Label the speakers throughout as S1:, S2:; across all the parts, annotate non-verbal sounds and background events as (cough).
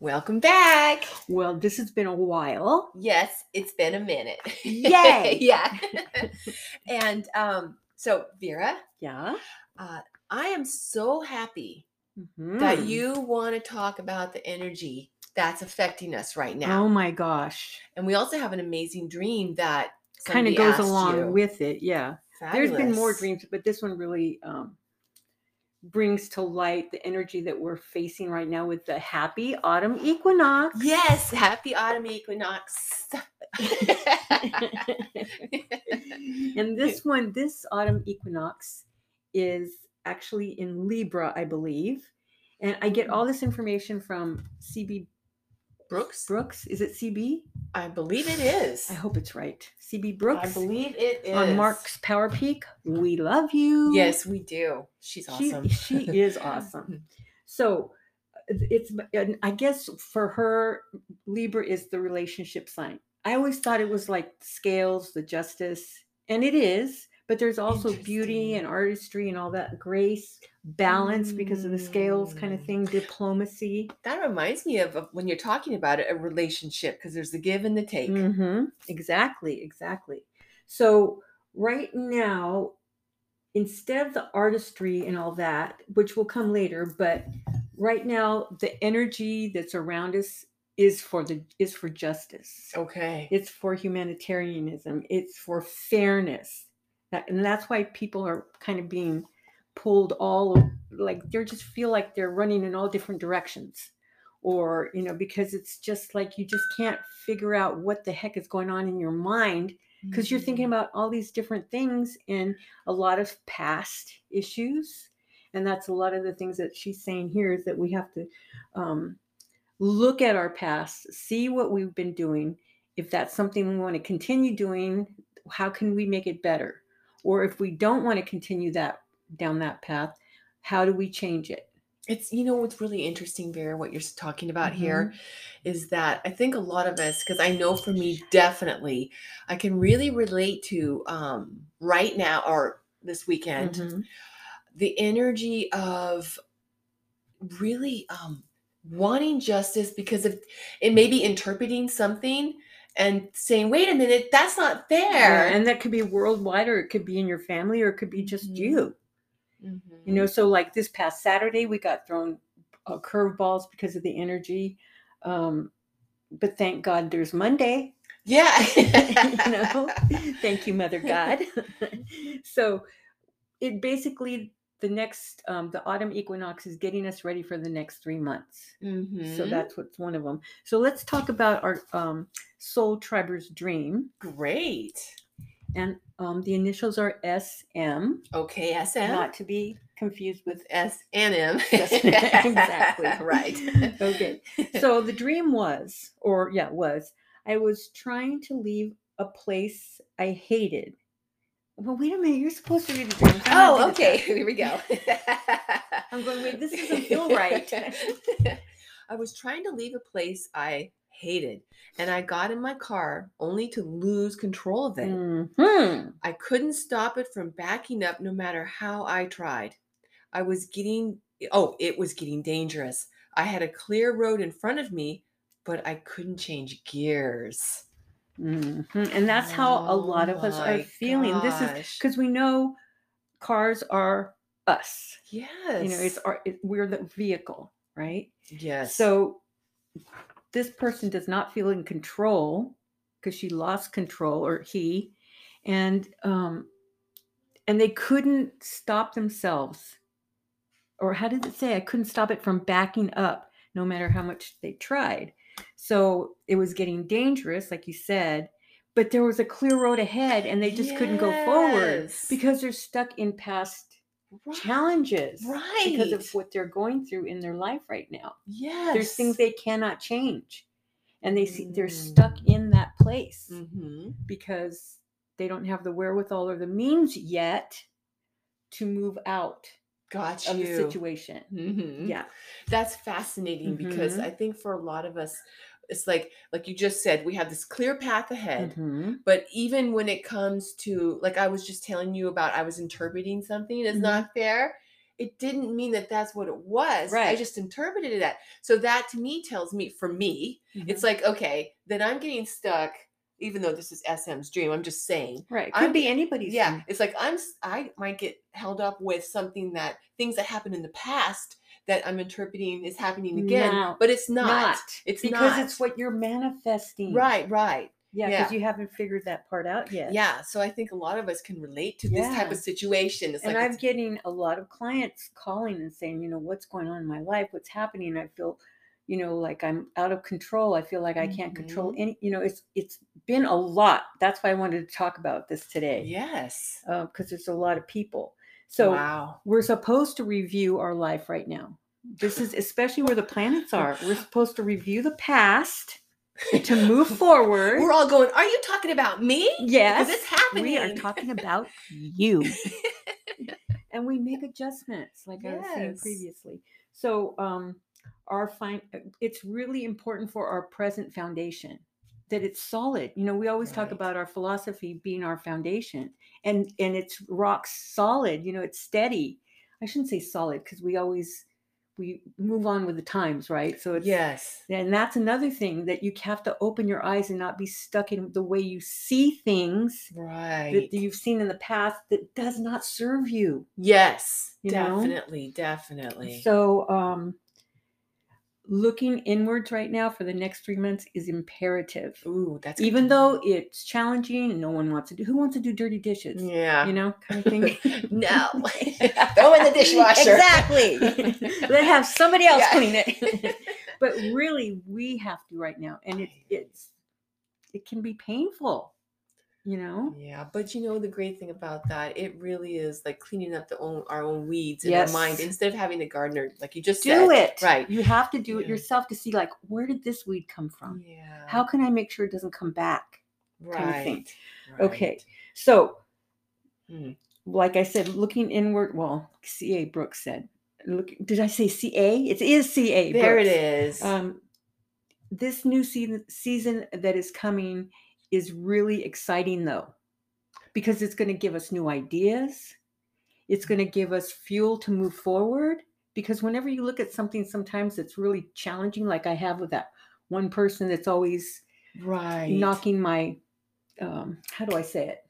S1: Welcome back.
S2: Well, this has been a while.
S1: Yes, it's been a minute.
S2: Yay.
S1: (laughs) yeah. and um, so, Vera,
S2: Yeah.
S1: uh, I am so happy that
S2: Mhm.
S1: you want to talk about the energy that's affecting us right now.
S2: Oh my gosh.
S1: and we also have an amazing dream that
S2: Kind of
S1: somebody
S2: goes
S1: asked
S2: along
S1: you.
S2: with it. Yeah. There's been more
S1: Fabulous.
S2: dreams, but this one really um, brings to light the energy that we're facing right now with the happy autumn equinox.
S1: Yes, happy autumn
S2: (laughs)
S1: equinox. (laughs)
S2: and this one, this autumn equinox is actually in Libra, I believe. And I get all this information from CB
S1: Brooks,
S2: Brooks. Is it CB?
S1: I believe it is.
S2: I hope it's right. CB Brooks
S1: I believe it is.
S2: on Mark's Power Peak. We love you.
S1: Yes, we do. She's
S2: She-
S1: awesome. Mm-hmm.
S2: She,
S1: (laughs)
S2: is awesome. So it's, and I guess for her, Libra is the relationship sign. I always thought it was like scales, the justice, and it is, but there's also beauty
S1: Interesting.
S2: and artistry and all that grace, balance because of the scales kind of
S1: Mm.
S2: thing, diplomacy.
S1: That reminds me of, of when you're talking about it, a relationship because there's the give and the take.
S2: hmm Exactly, exactly. So right now, instead of the artistry and all that, which will come later, but right now the energy that's around us is for the is for justice.
S1: Okay.
S2: It's for humanitarianism. It's for fairness. That, and that's why people are kind of being pulled all o- like they are just feel like they're running in all different directions. Or, you know, because it's just like you just can't figure out what the heck is going on in your mind because you're
S1: Mm. Mm-hmm.
S2: thinking about all these different things and a lot of past issues and that's a lot of the things that she's saying here is that we have to um, look at our past see what we've been doing if that's something we want to continue doing how can we make it better or if we don't want to continue that down that path how do we change it
S1: It's you know what's really interesting, Vera, what you're s- talking about here
S2: Mm-hmm.
S1: is that I think a lot of us, because I know for me definitely, I can really relate to um right now or this weekend,
S2: Mm-hmm.
S1: the energy of really um wanting justice because of it may be interpreting something and saying, wait a minute, that's not
S2: Yeah,
S1: fair.
S2: and that could be worldwide or it could be in your family or it could be just
S1: Mhm.
S2: you You know, so like this past Saturday, we got thrown uh, curveballs because of the energy. Um, but thank God there's Monday. (laughs)
S1: yeah. (laughs)
S2: you know, thank you, Mother God. (laughs) so it basically, the next, um, the autumn equinox is getting us ready for the next three months. So
S1: Mhm.
S2: that's what's one of them. So let's talk about our um, soul triber's dream.
S1: great.
S2: And um, the initials are SM,
S1: Okay, SM.
S2: not to be confused with
S1: with S and M.
S2: Yes, (laughs) exactly.
S1: (laughs) right.
S2: Okay.
S1: (laughs)
S2: So the dream was, or yeah, was I was trying to leave a place I hated. Well, wait a minute. You're supposed to read the dream. so I'm not
S1: Oh,
S2: good
S1: (laughs)
S2: at
S1: okay. Here we go.
S2: that. I'm going. Wait, this doesn't feel
S1: (laughs)
S2: right.
S1: I was trying to leave a place I hated, and I got in my car only to lose control of it.
S2: hmm
S1: I couldn't stop it from backing up no matter how I tried. I was getting, oh, it was getting dangerous. I had a clear road in front of me, but I couldn't change gears.
S2: Mm-hmm. And that's how a lot
S1: Oh
S2: of us are
S1: my
S2: feeling. This is
S1: gosh.
S2: because we know cars are us.
S1: yes.
S2: You know, it's our it, we're the vehicle, right?
S1: yes.
S2: So this person does not feel in control because she lost control or he and um and they couldn't stop themselves. Or how did it say? I couldn't stop it from backing up no matter how much they tried. So it was getting dangerous like you said, but there was a clear road ahead and they just couldn't go forward
S1: Yes.
S2: because they're stuck in past challenges
S1: right.
S2: because of what they're going through in their life right now.
S1: yes.
S2: There's things they cannot change. And they see they're stuck
S1: Mm.
S2: in that place
S1: Mhm.
S2: because they don't have the wherewithal or the means yet to move out
S1: got
S2: of
S1: you.
S2: the situation.
S1: Mhm.
S2: Yeah.
S1: That's fascinating because
S2: Mhm.
S1: I think for a lot of us, it's like like you just said, we have this clear path ahead.
S2: Mhm.
S1: But even when it comes to like I was just telling you about, I was interpreting something. It's
S2: Mhm.
S1: not fair. it didn't mean that that's what it was. I
S2: Right.
S1: just interpreted it that. So that to me tells me, for me,
S2: Mm-hmm.
S1: it's like, okay, then I'm getting stuck, even though this is SM's dream. I'm just saying.
S2: right. Could
S1: I'm-
S2: be anybody's.
S1: Yeah,
S2: dream.
S1: it's like I'm s- I might get held up with something that things that happened in the past that I'm interpreting is happening again,
S2: No,
S1: but it's not. It's
S2: because
S1: not.
S2: it's what you're manifesting.
S1: Right, right.
S2: Yeah. Because
S1: Yeah.
S2: you haven't figured that part out yet.
S1: Yeah, so I think a lot of us can relate to this type
S2: Yeah.
S1: of situation. It's
S2: and
S1: like
S2: I'm
S1: it's-
S2: getting a lot of clients calling and saying, you know, what's going on in my life? What's happening? I feel, you know, like I'm out of control. I feel like I can't control
S1: Mm-hmm.
S2: any. You know, it's it's been a lot. That's why I wanted to talk about this today
S1: yes.
S2: because there's a lot of people. So
S1: wow.
S2: we're supposed to review our life right now. This is especially where the planets are. We're supposed to review the past
S1: (laughs)
S2: to move forward.
S1: We're all going, are you talking about
S2: (laughs)
S1: me?
S2: yes,
S1: Because it's happening.
S2: we
S1: (laughs)
S2: are talking about you. and we make adjustments, like I was saying
S1: Yes.
S2: previously. So, um, our fine, it's really important for our present foundation that it's solid. You know, we always talk
S1: Right.
S2: about our philosophy being our foundation, and and it's rock solid. You know, it's steady. I shouldn't say solid because we always we move on with the times, right? So it's
S1: yes.
S2: and that's another thing that you have to open your eyes and not be stuck in the way you see things
S1: Right.
S2: that you've seen in the past that does not serve you.
S1: yes.
S2: You know?
S1: definitely, definitely.
S2: So, um, looking inwards right now for the next three months is imperative.
S1: Ooh, that's good
S2: Even
S1: to
S2: though
S1: know.
S2: it's challenging and no one wants to do, who wants to do dirty dishes?
S1: Yeah. (laughs)
S2: You know, (laughs) kind of thing. (laughs)
S1: no. Throw in the dishwasher.
S2: Exactly.
S1: (laughs)
S2: (laughs) Let have somebody else
S1: Yeah. (laughs)
S2: clean it. (laughs) but really, we have to right now, and it,
S1: Right.
S2: it's it can be painful. You know.
S1: Yeah, but you know the great thing about that, it really is like cleaning up the own our own weeds in our mind
S2: Yes.
S1: instead of having the gardener, like you just
S2: do
S1: said.
S2: it
S1: Right.
S2: you have to do it
S1: Yeah.
S2: yourself to see like where did this weed come from
S1: Yeah.
S2: how can i make sure it doesn't come back
S1: right.
S2: of thing.
S1: right.
S2: okay so
S1: Hmm.
S2: like i said looking inward well ca brooks said look did i say ca it is ca
S1: There it
S2: Brooks.
S1: is.
S2: um this new season season that is coming is really exciting though because it's going to give us new ideas it's going to give us fuel to move forward because whenever you look at something sometimes it's really challenging like i have with that one person that's always
S1: right.
S2: knocking my um how do i say it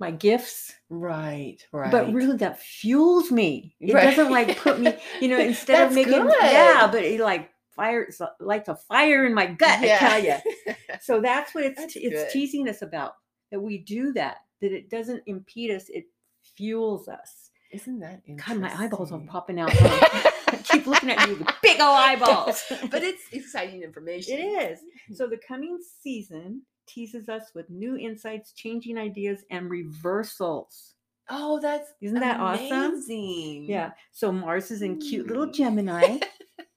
S2: my gifts
S1: right. Right.
S2: but really that fuels me it
S1: Right.
S2: doesn't like
S1: (laughs)
S2: put me you know instead
S1: That's
S2: of making yeah
S1: good.
S2: but it like fires like a fire in my gut i tell you so that's what it's
S1: That's
S2: t- it's
S1: good.
S2: teasing us about that we do that that it doesn't impede us it fuels us
S1: (laughs) Isn't that
S2: god
S1: interesting?
S2: my eyeballs are popping out huh? (laughs) I keep looking at you with
S1: (laughs)
S2: big old eyeballs
S1: but it's exciting information.
S2: it is so the coming season teases us with new insights changing ideas and reversals
S1: Oh, that's
S2: Isn't that awesome?
S1: amazing.
S2: yeah so mars is in cute little
S1: Mm.
S2: gemini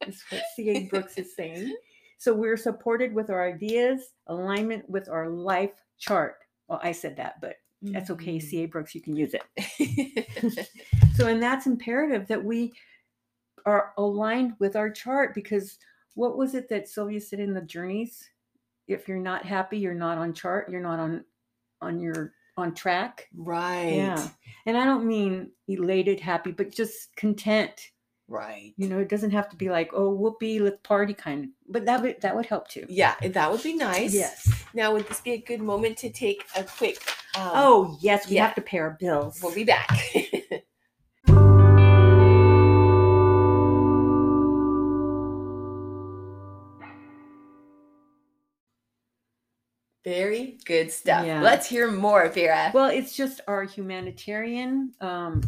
S2: is what ca brooks is saying so we're supported with our ideas alignment with our life chart well i said that but That's okay,
S1: Mhm.
S2: CA Brooks, you can use it.
S1: Mm-hmm. (laughs)
S2: So, and that's imperative that we are aligned with our chart because what was it that Sylvia said in the journeys? If you're not happy, you're not on chart, you're not on on your on track.
S1: right.
S2: Yeah. And I don't mean elated, happy, but just content.
S1: Right.
S2: You know, it doesn't have to be like, oh, whoopee, let's party kind of, but that would that would help too.
S1: Yeah, eh, that would be nice.
S2: Yes.
S1: Now, would this be a good moment to take a quick? Um,
S2: Oh yes, we
S1: yeah.
S2: have to pay our bills.
S1: we'll be back. (laughs) Very good stuff.
S2: Yeah.
S1: Let's hear more, Vera.
S2: Well, it's just our humanitarian um,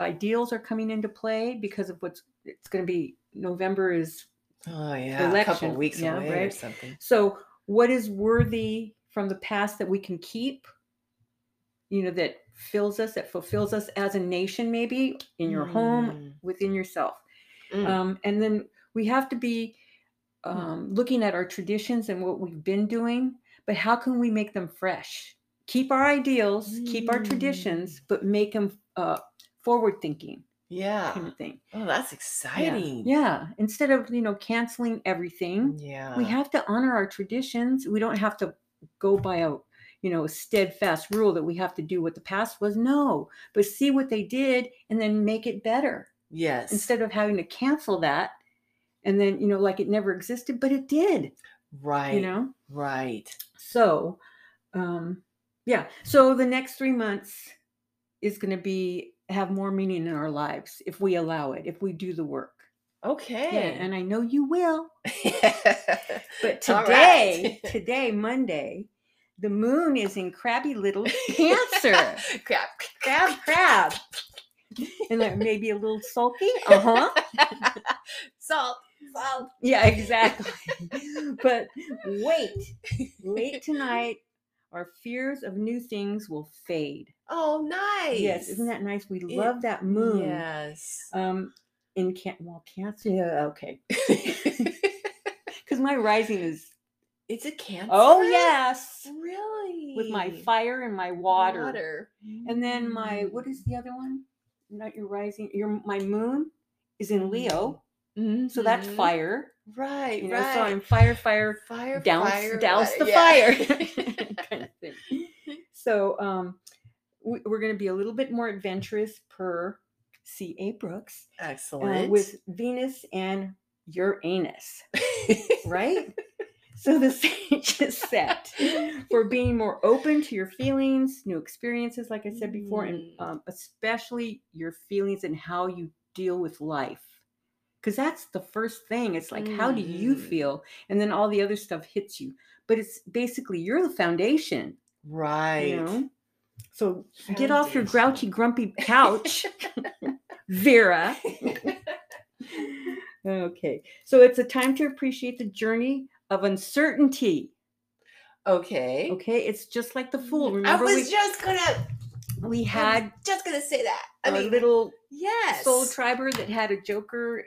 S2: ideals are coming into play because of what's it's going to be November is
S1: oh yeah, a couple
S2: election,
S1: weeks
S2: yeah,
S1: away or
S2: right?
S1: something.
S2: so what is worthy from the past that we can keep you know that fills us that fulfills us as a nation maybe in your home within yourself
S1: Mm.
S2: um, and then we have to be um, looking at our traditions and what we've been doing but how can we make them fresh keep our ideals keep our
S1: Mm.
S2: traditions but make them uh, forward thinking kind
S1: yeah.
S2: of thing
S1: Oh, that's
S2: Yeah.
S1: exciting.
S2: yeah instead of you know canceling everything
S1: Yeah.
S2: we have to honor our traditions we don't have to go by a you know a steadfast rule that we have to do what the past was no but see what they did and then make it better
S1: Yes.
S2: instead of having to cancel that and then, you know, like it never existed, but it did,
S1: right.
S2: you know?
S1: Right.
S2: So, um, yeah. So the next three months is going to be have more meaning in our lives if we allow it, if we do the work.
S1: Okay. (laughs)
S2: Yeah, and I know you will. But
S1: All
S2: today,
S1: right.
S2: today, Monday, the moon is in
S1: (laughs)
S2: crabby little Cancer.
S1: Crap.
S2: crab,
S1: (laughs)
S2: crab, and like maybe a little sulky. Uh huh. Uh-huh.
S1: Salt. Salt.
S2: Yeah, exactly. (laughs) but wait, late tonight, our fears of new things will fade.
S1: Oh, nice.
S2: Yes, isn't that nice? We
S1: It-
S2: love that moon.
S1: Yes.
S2: Um, in can well Cancer. Yeah, okay. (laughs) Because my rising is
S1: (laughs) it's a cancer.
S2: oh yes,
S1: Really?
S2: with my fire and my water.
S1: Water. Mm-hmm.
S2: and then my what is the other one? Not your rising. Your my moon is in Leo,
S1: Mm,
S2: so that's
S1: mhm.
S2: fire.
S1: Right.
S2: You know,
S1: right.
S2: so I'm fire, fire,
S1: fire.
S2: douse,
S1: fire,
S2: douse
S1: water.
S2: the
S1: Yeah. (laughs)
S2: fire (laughs) kind of thing. So um, we, we're going to be a little bit more adventurous per C. A. Brooks. uh,
S1: Excellent.
S2: with Venus and Uranus,
S1: (laughs)
S2: right? so the (laughs) stage is set for being more open to your feelings, new experiences, like I said before, and
S1: Mm.
S2: um, especially your feelings and how you deal with life. Because that's the first thing. It's like, how do you
S1: Mm.
S2: feel? And then all the other stuff hits you. But it's basically you're the foundation,
S1: right.
S2: you know? So get off your
S1: Foundation.
S2: grouchy, grumpy couch, Vera. Okay. So it's a time to appreciate the journey of uncertainty.
S1: (laughs) okay.
S2: Okay. It's just like the fool.
S1: I
S2: Remember,
S1: was
S2: we,
S1: just gonna.
S2: we
S1: I was
S2: had
S1: just gonna say that. I
S2: a
S1: mean,
S2: little
S1: yes.
S2: soul triber that had a joker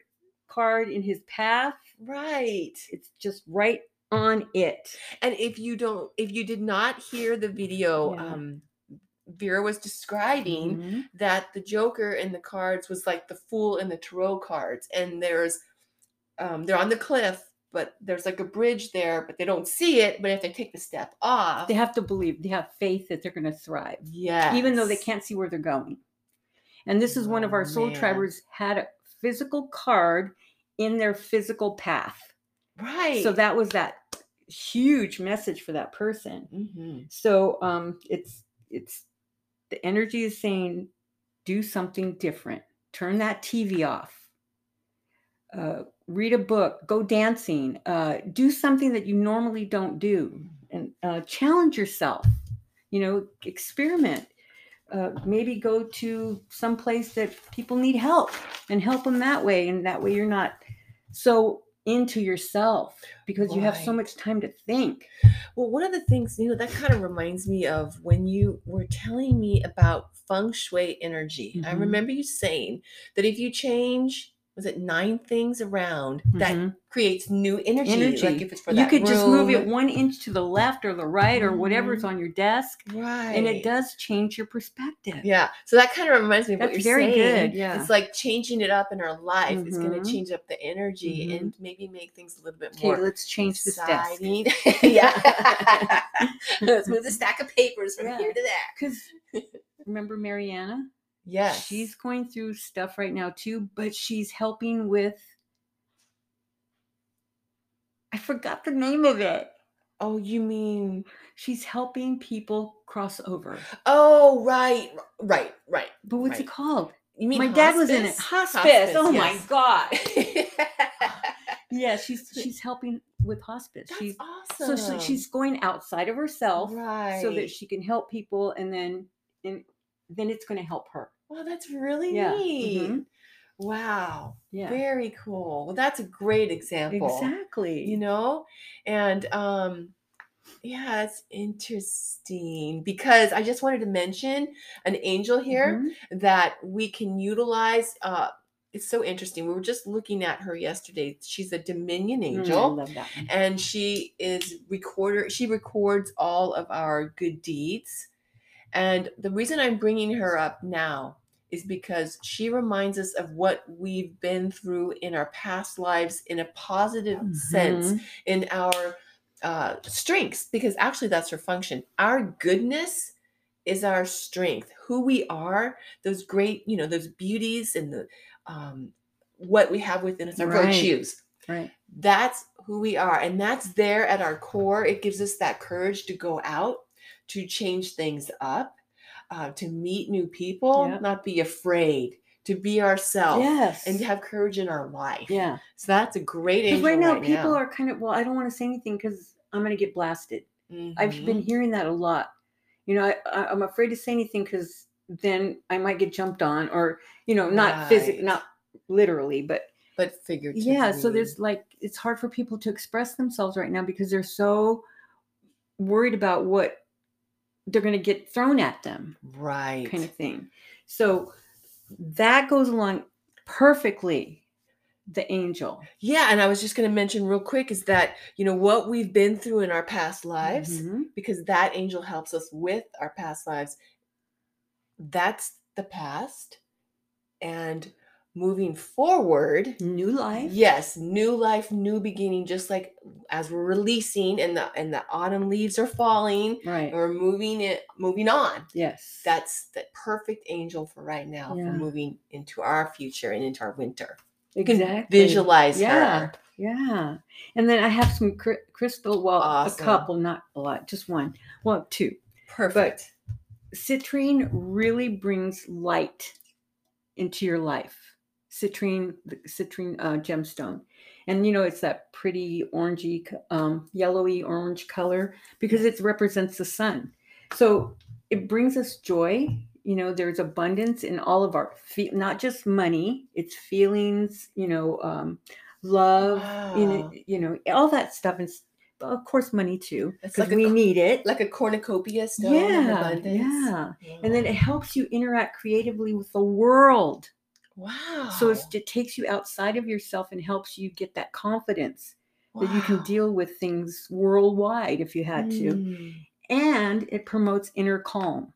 S2: card in his path.
S1: right.
S2: It's just right on it.
S1: And if you don't, if you did not hear the video,
S2: Yeah. Mm-hmm.
S1: um, Vera was describing that the Joker in the cards was like the fool in the tarot cards, and there's um, they're on the cliff, but there's like a bridge there, but they don't see it. But if they take the step off,
S2: They have to believe, they have faith that they're going to thrive,
S1: yeah,
S2: even though they can't see where they're going. And this is one of
S1: Oh,
S2: our soul
S1: man.
S2: tribers had a physical card in their physical path.
S1: right.
S2: So that was that huge message for that person. Mm-hmm.
S1: Mhm.
S2: So um it's it's the energy is saying do something different. Turn that TV off. Uh read a book, go dancing, uh do something that you normally don't do and uh challenge yourself. You know, experiment. Uh, maybe go to some place that people need help and help them that way and that way you're not so into yourself because you have so
S1: Right.
S2: much time to think
S1: Well, one of the things you know that kind of reminds me of when you were telling me about feng shui energy. I
S2: Mhm.
S1: remember you saying that if you change, was it nine things around that
S2: Mhm.
S1: creates new energy. Like
S2: Energy.
S1: if it's for
S2: you
S1: that
S2: could just move it
S1: room. Mm-hmm.
S2: one inch to the left or the right or whatever's on your desk
S1: right,
S2: and it does change your perspective
S1: Yeah. So that kind of reminds me of what
S2: That's
S1: you're
S2: very
S1: saying.
S2: good, yeah.
S1: It's like changing it up in our life is going to
S2: Mhm.
S1: change up the energy
S2: Mhm.
S1: and maybe make things a little bit
S2: okay
S1: more
S2: let's change this desk
S1: (laughs)
S2: (laughs)
S1: exciting. yeah. (laughs) Let's move the stack of papers from
S2: Yeah.
S1: here to there.
S2: because remember mariana
S1: Yes.
S2: she's going through stuff right now too but she's helping with i forgot the name of it
S1: Oh, you mean?
S2: she's helping people cross over
S1: Oh, right, r- right, right. (laughs)
S2: but what's
S1: Right.
S2: it called
S1: You mean
S2: my dad was in it hospice,
S1: hospice?
S2: oh
S1: Hospice,
S2: my god
S1: yes.
S2: yeah she's she's helping with hospice
S1: That's
S2: she's
S1: awesome.
S2: so, so she's going outside of herself
S1: right.
S2: so that she can help people and then and then it's going to help her
S1: Well, that's really
S2: Yeah,
S1: neat.
S2: mhm.
S1: Wow.
S2: yeah
S1: Very cool. Well, that's a great example.
S2: exactly
S1: You know? And um yeah, it's interesting because I just wanted to mention an angel here
S2: Mhm.
S1: that we can utilize uh it's so interesting. We were just looking at her yesterday. She's a dominion
S2: Mm, I
S1: angel
S2: love that one.
S1: and she is recorder she records all of our good deeds and the reason i'm bringing her up now is because she reminds us of what we've been through in our past lives in a positive sense
S2: Mhm.
S1: in our uh, strengths because actually that's her function our goodness is our strength who we are those great you know those beauties and the um, what we have within us, our
S2: Right.
S1: virtues.
S2: Right.
S1: That's who we are. And that's there at our core. It gives us that courage to go out, to change things up, uh, to meet new people,
S2: Yep.
S1: not be afraid, to be ourselves,
S2: Yes.
S1: and to have courage in our life.
S2: yeah.
S1: So that's a great
S2: Because
S1: angel
S2: right now people are kind of well, I don't want to say anything because I'm gonna get blasted.
S1: Mm-hmm.
S2: I've been hearing that a lot. You know, I, I, I'm afraid to say anything because then I might get jumped on, or you know, not physically,
S1: Right.
S2: not literally, but
S1: but figuratively.
S2: yeah. So there's like it's hard for people to express themselves right now because they're so worried about what they're going to get thrown at them,
S1: right.
S2: kind of thing. So that goes along perfectly. The angel,
S1: Yeah, and I was just going to mention real quick is that, you know, what we've been through in our past lives,
S2: Mhm.
S1: because that angel helps us with our past lives. That's the past. And moving forward,
S2: new life.
S1: yes, new life, new beginning, just like as we're releasing and the and the autumn leaves are falling,
S2: Right.
S1: we're moving it moving on.
S2: yes.
S1: That's the perfect angel for right now
S2: Yeah.
S1: for moving into our future and into our winter. You can
S2: exactly.
S1: visualize
S2: Yeah.
S1: her.
S2: Yeah. And then I have some cr- crystal, well,
S1: Awesome.
S2: a couple, not a lot, just one. Well, two.
S1: Perfect.
S2: Citrine really brings light into your life. Citrine, the citrine uh, gemstone. And you know, it's that pretty orangey, co- um, yellowy orange color because it represents the sun. So it brings us joy. You know, there's abundance in all of our feet, not just money, it's feelings, you know, um, love,
S1: Wow.
S2: in, you know, all that stuff. And s- but of course, money too,
S1: It's
S2: because
S1: like a
S2: we
S1: co-
S2: need it.
S1: like a cornucopia stone in
S2: yeah,
S1: abundance.
S2: yeah. And
S1: Wow.
S2: then it helps you interact creatively with the world.
S1: wow.
S2: So it's, it takes you outside of yourself and helps you get that confidence that you can
S1: Wow.
S2: deal with things worldwide if you had to.
S1: Mm.
S2: And it promotes inner calm,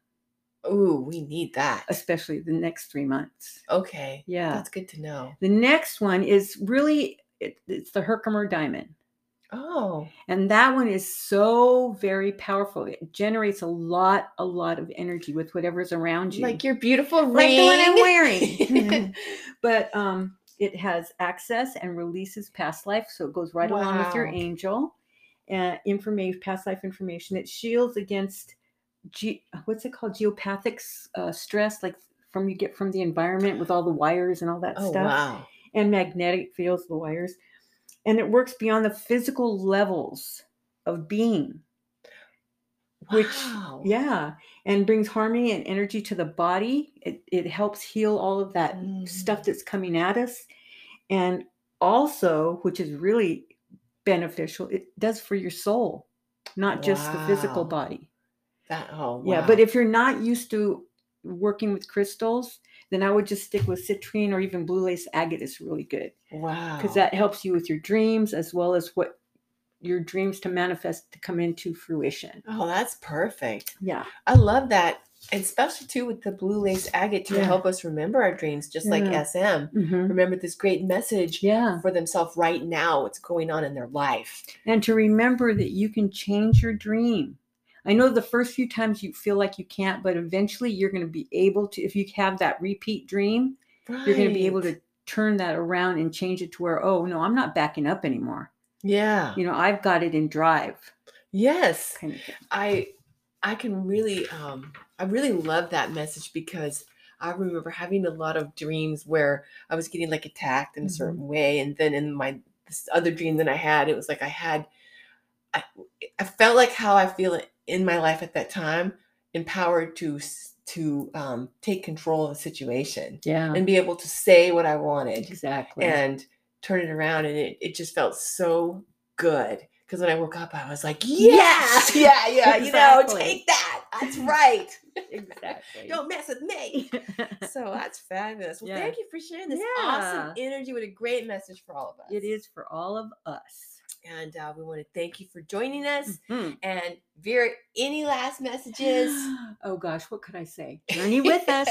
S1: Hmm. Ooh, we need that.
S2: especially the next three months.
S1: Okay.
S2: Yeah.
S1: That's good to know.
S2: the next one is really it, it's the Herkimer diamond.
S1: Oh.
S2: And that one is so very powerful. It generates a lot, a lot of energy with whatever's around you.
S1: Like your beautiful ring.
S2: Like the one I'm (laughs) wearing. Mm-hmm. but um, it has access and releases past life. So it goes right along with your
S1: Wow.
S2: angel. Uh, information, past life information. It shields against ge- what's it called? Geopathic s- uh, stress, like from you get from the environment with all the wires and all that
S1: oh
S2: stuff
S1: wow.
S2: and magnetic fields, the wires, and it works beyond the physical levels of being. Which-
S1: Wow.
S2: Yeah, and brings harmony and energy to the body. It, it helps heal all of that stuff
S1: Mm.
S2: that's coming at us. And also, which is really beneficial, it does for your soul, not just the physical
S1: Wow.
S2: body.
S1: That oh
S2: Yeah, but if you're not used to working with crystals, then I would just stick with citrine or even blue lace agate is really good
S1: wow.
S2: because that helps you with your dreams as well as what your dreams to manifest to come into fruition.
S1: Oh, that's perfect.
S2: Yeah.
S1: I love that. And especially too with the blue lace agate to
S2: Yeah.
S1: help us remember our dreams, just
S2: Yeah.
S1: like SM. Remember this great message
S2: Mm-hmm. Yeah.
S1: for themselves right now, what's going on in their life.
S2: And to remember that you can change your dream. I know the first few times you feel like you can't, but eventually you're going to be able to, if you have that repeat dream, you're going to be able
S1: Right.
S2: to turn that around and change it to where, oh, no, I'm not backing up anymore.
S1: Yeah.
S2: You know, I've got it in drive
S1: Yes.
S2: kind of thing.
S1: I I can really um I really love that message because I remember having a lot of dreams where I was getting like attacked in a certain way and then in my this other dream that I had it was like I had I, I felt like how I feel in my life at that time empowered to s- to um, take control of the situation
S2: Yeah.
S1: and be able to say what I wanted
S2: Exactly.
S1: and turn it around and it, it just felt so good because when i woke up i was like yes
S2: Yes!
S1: yeah (laughs) yeah you know
S2: Exactly.
S1: take that that's right
S2: (laughs) exactly.
S1: don't mess with me so that's fabulous well
S2: Yeah.
S1: thank you for sharing this awesome energy with a great message for all of us
S2: (laughs) It is for all of us.
S1: and uh, we want to thank you for joining us
S2: (gasps)
S1: and vera any last messages
S2: Oh gosh, what could I say? Journey with us.